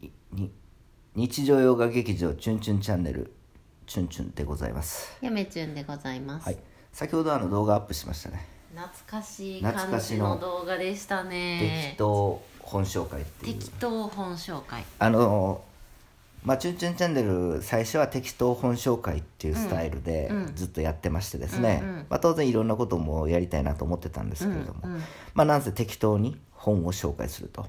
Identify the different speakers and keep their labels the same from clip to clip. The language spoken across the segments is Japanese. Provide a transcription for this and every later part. Speaker 1: にに日常洋画劇場チュンチュンチャンネルチュンチュンでございます
Speaker 2: やめちゅんでございます、
Speaker 1: はい先ほどあの動画アップしましたね
Speaker 2: 懐かしい
Speaker 1: 懐
Speaker 2: 感
Speaker 1: かし
Speaker 2: じ
Speaker 1: の
Speaker 2: の動画でしたね
Speaker 1: 適当本紹介っていう
Speaker 2: 適当本紹介
Speaker 1: あのまあ、チュンチュンチャンネル最初は適当本紹介っていうスタイルで
Speaker 2: うん
Speaker 1: ずっとやってましてですね、
Speaker 2: うんうん
Speaker 1: まあ、当然いろんなこともやりたいなと思ってたんですけれども、
Speaker 2: うんうん
Speaker 1: まあ、なんせ適当に本を紹介すると、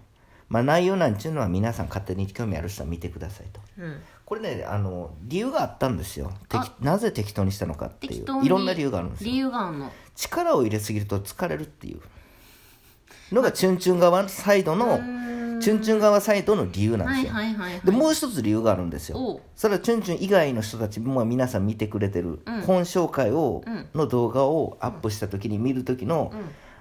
Speaker 1: まあ、内容なんていうのは皆さん勝手に興味ある人は見てくださいと
Speaker 2: うん
Speaker 1: これねあの理由があったんですよ適
Speaker 2: あ
Speaker 1: なぜ適当にしたのかってい
Speaker 2: 適
Speaker 1: う
Speaker 2: 当に
Speaker 1: いろんな理由があるんです
Speaker 2: 理
Speaker 1: よ
Speaker 2: 由があるの
Speaker 1: 力を入れすぎると疲れるっていうのがチュンチュン側サイドのチュンチュン側サイドの理由なんです
Speaker 2: は
Speaker 1: よ、
Speaker 2: いはいはいはい
Speaker 1: でもう一つ理由があるんです
Speaker 2: おう
Speaker 1: よそれはチュンチュン以外の人たちもまあ皆さん見てくれてる、本紹介を、
Speaker 2: うん
Speaker 1: の動画をアップした時に見る時の、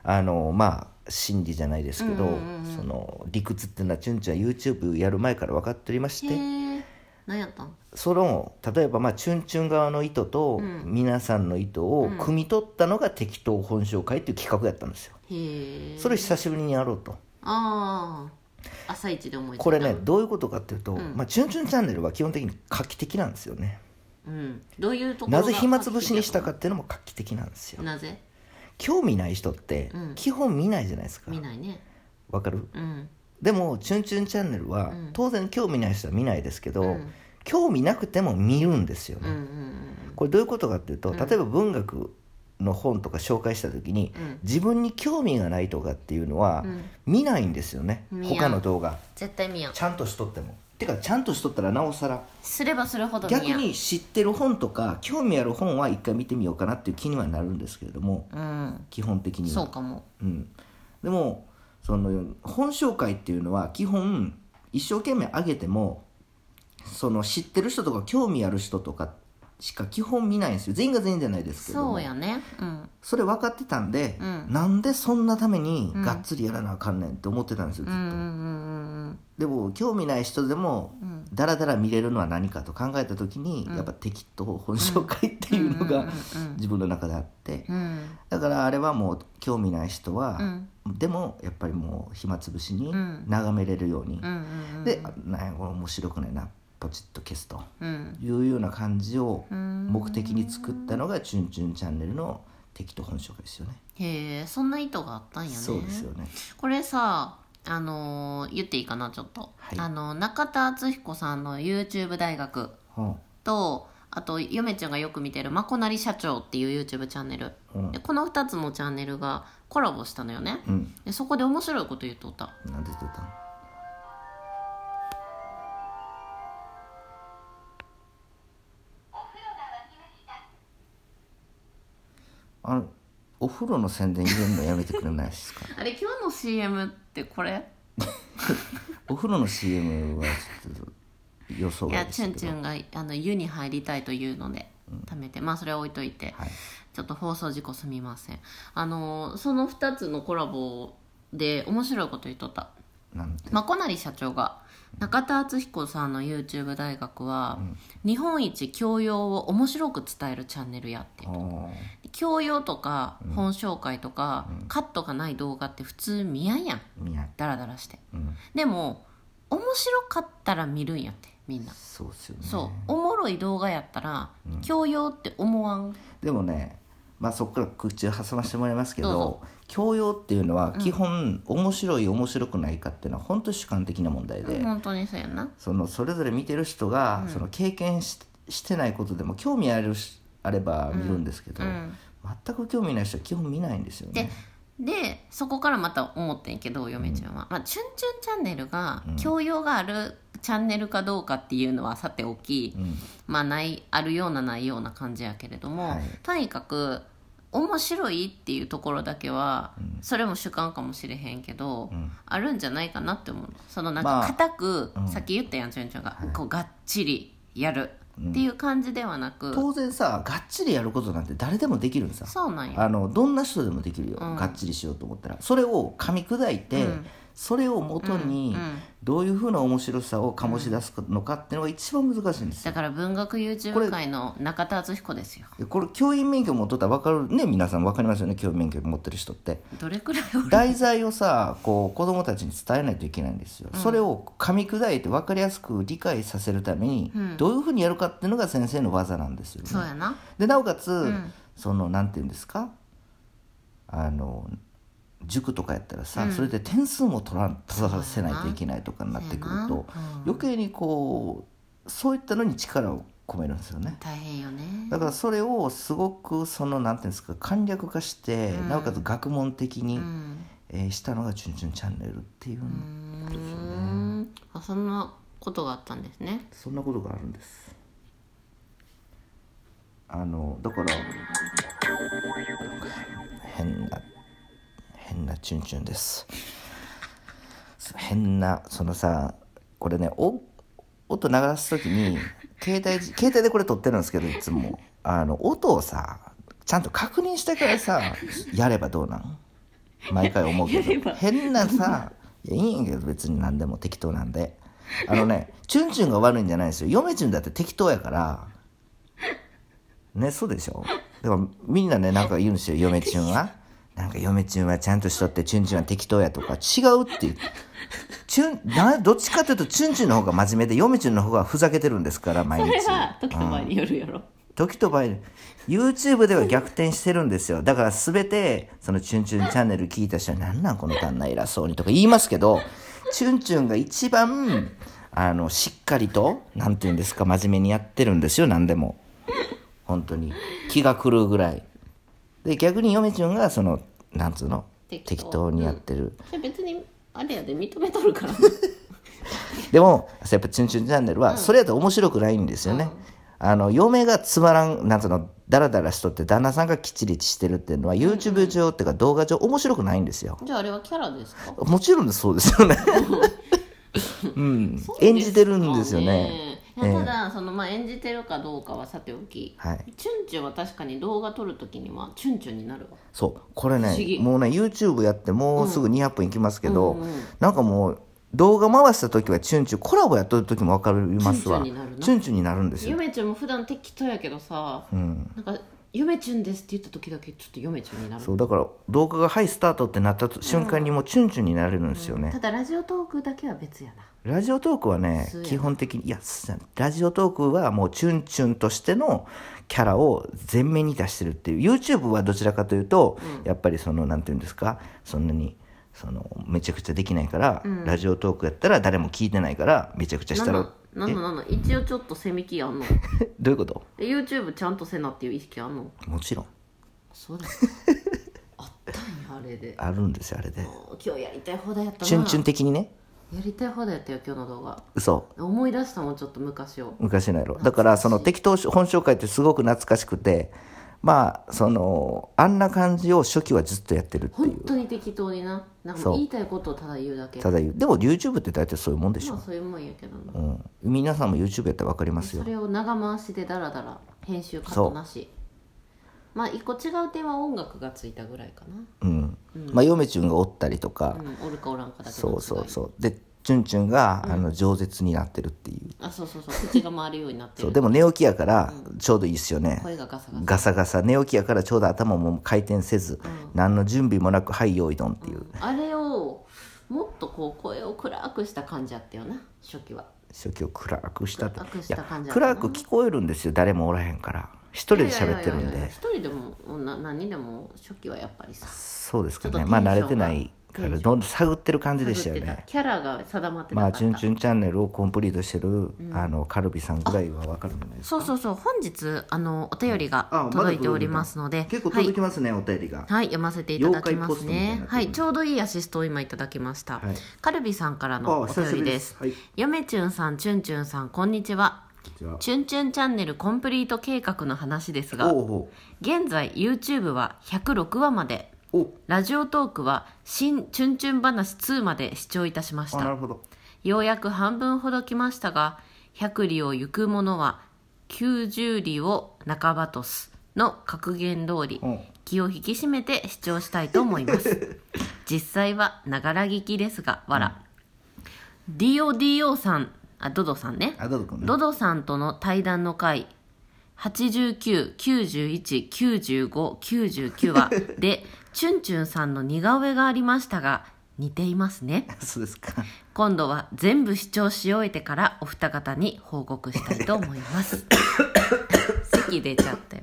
Speaker 1: あのまあ心理じゃないですけど、
Speaker 2: うんうん
Speaker 1: その理屈っていうのはチュンチュンは YouTube やる前から分かっておりまして、
Speaker 2: へえ何やったん
Speaker 1: その例えばまあチュンチュン側の意図と、
Speaker 2: うん
Speaker 1: 皆さんの意図を汲み取ったのが適当本紹介っていう企画やったんですよ、
Speaker 2: へえ
Speaker 1: それを久しぶりにやろうと。
Speaker 2: ああ朝一で思いついた
Speaker 1: これねどういうことかっていうと、
Speaker 2: うん
Speaker 1: まあ、チュンチュンチャンネルは基本的に画期的なんですよね
Speaker 2: うんどういうところ
Speaker 1: な
Speaker 2: が
Speaker 1: ぜ暇つぶしにしたかっていうのも画期的なんですよ
Speaker 2: なぜ
Speaker 1: 興味ない人って
Speaker 2: うん
Speaker 1: 基本見ないじゃないですか
Speaker 2: 見ないね
Speaker 1: わかる
Speaker 2: うん
Speaker 1: でも「チュンチュンチャンネル」は
Speaker 2: うん
Speaker 1: 当然興味ない人は見ないですけど、
Speaker 2: うん
Speaker 1: 興味なくても見るんですよ
Speaker 2: うんう
Speaker 1: ね、
Speaker 2: んうん
Speaker 1: これどういうことかっていうと
Speaker 2: うん
Speaker 1: 例えば文学の本とか紹介した時に、
Speaker 2: うん
Speaker 1: 自分に興味がないとかっていうのは
Speaker 2: うん
Speaker 1: 見ないんですよね、
Speaker 2: 見ない
Speaker 1: 他の動画
Speaker 2: 絶対見やん
Speaker 1: ちゃんとしとってもてかちゃんとしとったらなおさら
Speaker 2: すればするほど見やん
Speaker 1: 逆に知ってる本とか興味ある本は一回見てみようかなっていう気にはなるんですけれども
Speaker 2: うん
Speaker 1: 基本的には
Speaker 2: そうかも
Speaker 1: うん、でもその本紹介っていうのは基本一生懸命上げてもその知ってる人とか興味ある人とかしか基本見ないんですよ全員が全員じゃないですけども
Speaker 2: そうやねうん
Speaker 1: それ分かってたんで、
Speaker 2: うん
Speaker 1: なんでそんなためにがっつりやらなあかんねんって思ってたんですよ、ず
Speaker 2: う
Speaker 1: っ
Speaker 2: ん
Speaker 1: と
Speaker 2: うんうん
Speaker 1: でも興味ない人でも
Speaker 2: うん
Speaker 1: ダラダラ見れるのは何かと考えた時に、やっぱ適当本紹介っていうのが
Speaker 2: うん
Speaker 1: 自分の中であって
Speaker 2: うんうん
Speaker 1: だからあれはもう興味ない人
Speaker 2: う
Speaker 1: は、
Speaker 2: ん
Speaker 1: でもやっぱりもう暇つぶしに
Speaker 2: うん
Speaker 1: 眺めれるように
Speaker 2: う、んうん
Speaker 1: であなんやこれ面白くないなポチッと消すと
Speaker 2: うん
Speaker 1: いうような感じを
Speaker 2: うん
Speaker 1: 目的に作ったのが「チュンチュンチャンネル」の適当本紹介ですよね。
Speaker 2: へえそんな意図があったんやね
Speaker 1: そうですよね。
Speaker 2: これさあのー言っていいかなちょっと、
Speaker 1: はい
Speaker 2: あの中田敦彦さんの YouTube 大学
Speaker 1: うん
Speaker 2: とあとゆめちゃんがよく見てる「まこなり社長」っていう YouTube チャンネル
Speaker 1: うん
Speaker 2: でこの2つのチャンネルがコラボしたのよね
Speaker 1: うん、
Speaker 2: でそこで面白いこと言っとった
Speaker 1: なんで出てたのあのお風呂の宣伝入れるのやめてくれないです か
Speaker 2: あれ今日の CM ってこれ
Speaker 1: お風呂の CM はちょっと予想
Speaker 2: い
Speaker 1: 外
Speaker 2: や
Speaker 1: で
Speaker 2: チュ
Speaker 1: す
Speaker 2: ン
Speaker 1: け
Speaker 2: チ
Speaker 1: ど
Speaker 2: ュンがあの湯に入りたいというので貯めて、まあそれは置いといて、
Speaker 1: はい
Speaker 2: ちょっと放送事故すみませんあのーその2つのコラボで面白いこと言っとった
Speaker 1: なんて
Speaker 2: まこなり社長が中田敦彦さんの YouTube 大学は、日本一教養を面白く伝えるチャンネルやって
Speaker 1: あー
Speaker 2: 教養とか本紹介とか、カットがない動画って普通見やんやん
Speaker 1: 見ない
Speaker 2: ダラダラして
Speaker 1: うん
Speaker 2: でも面白かったら見るんやってみんな
Speaker 1: そうですよね
Speaker 2: そうおもろい動画やったら、教養って思わん
Speaker 1: でもねまあそこから口を挟ませてもらいますけ
Speaker 2: どう
Speaker 1: ど
Speaker 2: ぞ
Speaker 1: 教養っていうのは基本、面白い面白くないかっていうのは本当主観的な問題で、
Speaker 2: 本当にそうやんな
Speaker 1: そのそれぞれ見てる人が、その経験ししてないことでも興味あるしあれば見るんですけど、
Speaker 2: うん
Speaker 1: 全く興味ない人は基本見ないんですよね
Speaker 2: で。でそこからまた思ってんけど嫁ちゃんは「まあ、チュンチュンチャンネル」が教養があるチャンネルかどうかっていうのはさておき、まあないあるようなないような感じやけれども、
Speaker 1: はい
Speaker 2: とにかく面白いっていうところだけは、それも主観かもしれへんけど、あるんじゃないかなって思うそのなん
Speaker 1: まあ
Speaker 2: か固く、さっき言ったやんチュンチュンが、こうがっちりやるっていう感じではなく、
Speaker 1: 当然さがっちりやることなんて誰でもできるんさ
Speaker 2: そうなんよ
Speaker 1: あのどんな人でもできるよ、がっちりしようと思ったらそれを噛み砕いて、それをもとに
Speaker 2: うんうん
Speaker 1: どういうふうな面白さを醸し出すのかっていうのが一番難しいんですよ
Speaker 2: だから文学
Speaker 1: これ
Speaker 2: YouTube 界の中田敦彦ですよ
Speaker 1: でこれ教員免許持っとったら分かるね皆さん分かりますよね教員免許持ってる人って
Speaker 2: どれくらいおる
Speaker 1: 題材をさこう子供たちに伝えないといけないんですよ、それを噛み砕いて分かりやすく理解させるためにどういうふうにやるかっていうのが先生の技なんですよね、
Speaker 2: そうやな
Speaker 1: でなおかつ、そのなんて言うんですかあの塾とかやったらさ、それで点数も取らん取らせないといけないとかになってくる
Speaker 2: そう
Speaker 1: と、余計にこうそういったのに力を込めるんですよね。
Speaker 2: 大変よね
Speaker 1: だからそれをすごくそのなんていうんですか簡略化して、なおかつ学問的に、
Speaker 2: うん
Speaker 1: えーしたのが「チュンチュンチャンネル」っていう、
Speaker 2: うーんあそんなことがあったんですね
Speaker 1: そんなことがあるんですあのだから変な変なチュンチュンですそう変なそのさこれねお音流す時に携帯じ携帯でこれ撮ってるんですけどいつもあの音をさちゃんと確認してからさやればどうなん毎回思うけ
Speaker 2: やれ
Speaker 1: ど
Speaker 2: ば
Speaker 1: 変なさいやいいんやけど別に何でも適当なんであのねチュンチュンが悪いんじゃないですよ嫁チュンだって適当やからねそうでしょだからみんなねなんか言うんですよ嫁チュンはなんか嫁チュンはちゃんとしとってチュンチュンは適当やとか違うっていうチュンなどっちかというとチュンチュンの方が真面目で嫁チュンの方がふざけてるんですから毎
Speaker 2: こ
Speaker 1: 日
Speaker 2: れは時と場合によるやろ
Speaker 1: 時と場合に YouTube では逆転してるんですよだから全てその「チュンチュンチャンネル」聞いた人は「なんなんこの旦那偉そうに」とか言いますけどチュンチュンが一番あのしっかりとなんて言うんですか真面目にやってるんですよ何でも本当に気が狂うぐらいで逆に嫁チュンがそのなんつうの
Speaker 2: 適当
Speaker 1: 適当にやってる、
Speaker 2: それ別にあれやで認めとるから
Speaker 1: でもやっぱ「チュンチュンチャンネル」はそれやと面白くないんですよね。あの嫁がつまらんなんつうのダラダラしとって旦那さんがきっちりしてるっていうのは YouTube 上っていうか動画上面白くないんですよ。
Speaker 2: じゃああれはキャラですか
Speaker 1: もちろんそうですよね。うん、演じてるんですよね。
Speaker 2: そうですかねいやただそのまあ演じてるかどうかはさておき、
Speaker 1: はい
Speaker 2: チュンチュンは確かに動画撮るときにはチュンチュンになるわ
Speaker 1: そうこれ
Speaker 2: 不思
Speaker 1: ね
Speaker 2: 議
Speaker 1: もうね YouTube やってもうすぐ200分いきますけど、
Speaker 2: うんうんうん
Speaker 1: なんかもう動画回した時はチュンチュンコラボやっとる時も分かりますわ
Speaker 2: チュンチュンになるな
Speaker 1: チュンチュンになるんです
Speaker 2: ゆ
Speaker 1: よ。
Speaker 2: めちゃんも普段適当やけどさ、なんか「ゆめちゅんです」って言った時だけちょっとゆめちゅんになる
Speaker 1: そうだから動画が「はいスタート」ってなった瞬間にもうチュンチュンになれるんですよね。
Speaker 2: ただラジオトークだけは別やな
Speaker 1: ラジオトークはね
Speaker 2: そうやな
Speaker 1: 基本的にいやそうじゃないラジオトークはもうチュンチュンとしてのキャラを前面に出してるっていう YouTube はどちらかというと、やっぱりそのなんていうんですかそんなにそのめちゃくちゃできないから、ラジオトークやったら誰も聞いてないからめちゃくちゃしたら
Speaker 2: なのなのなの一応ちょっと背引きあんの
Speaker 1: えどういうこと
Speaker 2: え YouTube ちゃんとせなっていう意識あんの
Speaker 1: もちろん
Speaker 2: そうです あったんやあれで
Speaker 1: あるんですよあれで
Speaker 2: もう今日やりたい放題やったな
Speaker 1: チュンチュン的にね
Speaker 2: やりたい放題やったよ今日の動画
Speaker 1: 嘘
Speaker 2: 思い出したもんちょっと昔を
Speaker 1: 昔のやろだからその適当本紹介ってすごく懐かしくてまあそのあんな感じを初期はずっとやってるっていう
Speaker 2: 本当に適当にななんかも
Speaker 1: そう
Speaker 2: う言いたいことをただ言うだけ
Speaker 1: ただ言うでも YouTube って大体そういうもんでし
Speaker 2: ま
Speaker 1: ょ、
Speaker 2: あそういうもんやけどな
Speaker 1: うん、皆さんも YouTube やったら分かりますよ
Speaker 2: それを長回しでダラダラ編集カットなしまあ一個違う点は音楽がついたぐらいかな
Speaker 1: うんまあ嫁チュンがおったりとか、
Speaker 2: うんおるかおらんかだけの
Speaker 1: そ
Speaker 2: 違いう
Speaker 1: そうそうでチュンチュンが、あの饒舌になってるっていう
Speaker 2: あそうそうそう口が回るようになって
Speaker 1: そう
Speaker 2: る
Speaker 1: でも寝起きやからちょうどいいっすよね、
Speaker 2: 声がガサガサ
Speaker 1: ガサガサ寝起きやからちょうど頭も回転せず、何の準備もなく「はい用意ドン」っていう、
Speaker 2: あれをもっとこう声を暗くした感じやったよな初期は
Speaker 1: 初期を暗くしたって
Speaker 2: 暗くした感
Speaker 1: い
Speaker 2: じ
Speaker 1: や
Speaker 2: やったな
Speaker 1: 暗く聞こえるんですよ誰もおらへんから一人で喋ってる
Speaker 2: い
Speaker 1: ん
Speaker 2: やいやいやいや
Speaker 1: で
Speaker 2: 一人でもな何でも初期はやっぱりさ
Speaker 1: そうですか
Speaker 2: ちょ
Speaker 1: ね
Speaker 2: っと
Speaker 1: まあ
Speaker 2: テンションが
Speaker 1: 慣れてないからどんどん探ってる感じでしたよ
Speaker 2: 探って
Speaker 1: ね
Speaker 2: たキャラが定まってな
Speaker 1: まあ、
Speaker 2: かった、
Speaker 1: チュンチュンチャンネルをコンプリートしてる、あのカルビさんぐらいはわかるんじゃないですか。
Speaker 2: そうそうそう本日あのお便りが
Speaker 1: あまだ
Speaker 2: 届いておりますので
Speaker 1: 結構届きますね、お便りが。
Speaker 2: はい、読ませていただきま
Speaker 1: 妖怪
Speaker 2: す
Speaker 1: ポストみたいになって
Speaker 2: ね
Speaker 1: る。
Speaker 2: はい、ちょうどいいアシストを今いただきまし
Speaker 1: は
Speaker 2: た。
Speaker 1: い
Speaker 2: カルビさんからのお
Speaker 1: 久しぶ
Speaker 2: 便りです。
Speaker 1: はい、
Speaker 2: ヨメチュンさん、チュンチュンさん、こんにちは。
Speaker 1: じゃあ
Speaker 2: チュンチュンチャンネルコンプリート計画の話ですが、
Speaker 1: おう
Speaker 2: 現在 YouTube は106話まで、
Speaker 1: おう
Speaker 2: ラジオトークは新チュンチュン話2まで視聴いたしまし
Speaker 1: おあなる
Speaker 2: た。
Speaker 1: ほど。
Speaker 2: ようやく半分ほど来ましたが、100里を行く者は90里を半ばとすの格言通り
Speaker 1: う、ん、
Speaker 2: 気を引き締めて視聴したいと思いますち実際はながら聞きですがわら、DODO さんあドドさんね
Speaker 1: あ、どうぞ、ね。
Speaker 2: ドドさんとの対談の回89919599話 でチュンチュンさんの似顔絵がありましたが似ていますね
Speaker 1: そうです か。
Speaker 2: 今度は全部視聴し終えてからお二方に報告したいと思います 咳出ちゃったよ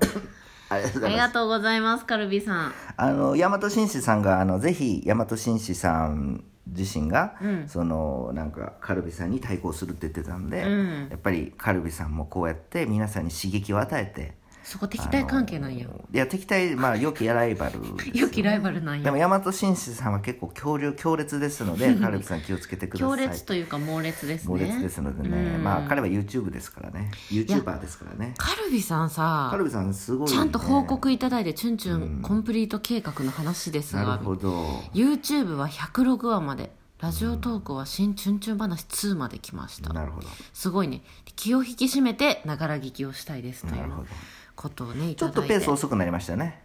Speaker 1: ありがとうご
Speaker 2: あ
Speaker 1: ざい
Speaker 2: り
Speaker 1: ま
Speaker 2: が
Speaker 1: す。
Speaker 2: とうございますカルビさん
Speaker 1: あの、大和紳士さんが、あの、ぜひ、大和紳士さん自身が、
Speaker 2: うん
Speaker 1: その、なんか、カルビさんに対抗するって言ってたんで、
Speaker 2: うん
Speaker 1: やっぱりカルビさんもこうやって皆さんに刺激を与えて、
Speaker 2: そこ敵対関係なんや
Speaker 1: いや、敵対、まあ、良きライバルですよね
Speaker 2: 良きライバルなん
Speaker 1: で
Speaker 2: や
Speaker 1: も大和紳士さんは結構強烈強烈ですの でカルビさん気をつけてくださ
Speaker 2: 強
Speaker 1: い
Speaker 2: 烈というか猛烈ですね
Speaker 1: 猛烈ですのでね、
Speaker 2: うん
Speaker 1: まあ彼は YouTube ですからね YouTuber ですからね
Speaker 2: カルビさんさ
Speaker 1: カルビさんすごい、ね、
Speaker 2: ちゃんと報告いただいてチュンチュンコンプリート計画の話です
Speaker 1: なる
Speaker 2: が
Speaker 1: ほど
Speaker 2: YouTube は106話までラジオトークは新チュンチュン話2まで来ました
Speaker 1: なるほど
Speaker 2: すごいね気を引き締めてながら聞きをしたいですとい
Speaker 1: なる
Speaker 2: う
Speaker 1: ほど
Speaker 2: ことをねい
Speaker 1: ちょ
Speaker 2: た
Speaker 1: っと
Speaker 2: だい
Speaker 1: ペー
Speaker 2: て
Speaker 1: ス遅くなりましたね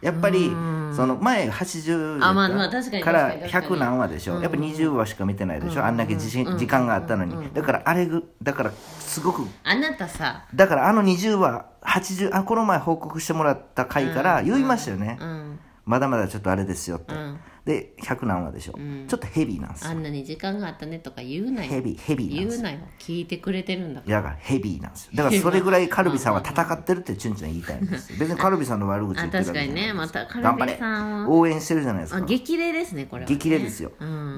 Speaker 1: やっぱりその前80
Speaker 2: あまあまあ確かに
Speaker 1: から
Speaker 2: 確かに確
Speaker 1: 100
Speaker 2: かに
Speaker 1: 何話でしょ、やっぱ20話しか見てないでしょ、あんだけ時間時間があったのに、だからあれぐだからすごく
Speaker 2: あなたさ
Speaker 1: だからあの20話80あこの前報告してもらった回から言いましたよね、
Speaker 2: うん
Speaker 1: まだまだちょっとあれですよって、
Speaker 2: うん
Speaker 1: で100何話でしょ、ちょっとヘビーなんです
Speaker 2: あ
Speaker 1: よ
Speaker 2: んなに時間があったねとか言うな
Speaker 1: ヘ
Speaker 2: よ
Speaker 1: ビーヘビーなんで
Speaker 2: 言う
Speaker 1: すよ
Speaker 2: なよ聞いてくれてるんだか
Speaker 1: いやだからヘビーなんですよだからそれぐらいカルビさんは戦ってるってチュンチュン言いたいんですよ別にカルビさんの悪口言ってるわけじゃないんですよ
Speaker 2: あ確かにねまたカルビ
Speaker 1: 頑張れ
Speaker 2: さんは
Speaker 1: 応援してるじゃないです
Speaker 2: らあ
Speaker 1: か
Speaker 2: 激励ですねこれはね
Speaker 1: 激励ですよ、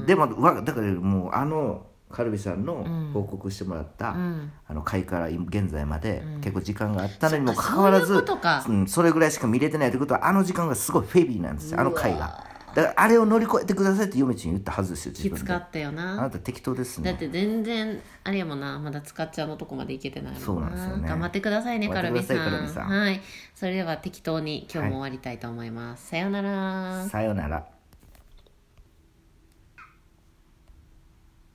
Speaker 1: でもわだからもうあのカルビさんの報告してもらった、あの会から今現在まで結構時間があったのにもかかわらず
Speaker 2: そういうことか
Speaker 1: うんそれぐらいしか見れてないということはあの時間がすごいフェビーなんですよあの会がだからあれを乗り越えてくださいって嫁ちん言ったはずですよ自
Speaker 2: き
Speaker 1: 分
Speaker 2: つ
Speaker 1: で
Speaker 2: か
Speaker 1: あ
Speaker 2: ったよな
Speaker 1: なた適当です
Speaker 2: だ
Speaker 1: ね
Speaker 2: って全然あれやもんなまだ使っちゃうのとこまでいけてないもんな
Speaker 1: そうなんですよね
Speaker 2: 頑張ってくださいねカ
Speaker 1: 頑張
Speaker 2: ル
Speaker 1: って
Speaker 2: ビ
Speaker 1: くださ
Speaker 2: さ
Speaker 1: い
Speaker 2: ん
Speaker 1: カルビさん
Speaker 2: はいそれでは適当に今日も終わりたいと思います、さようなら
Speaker 1: さよなら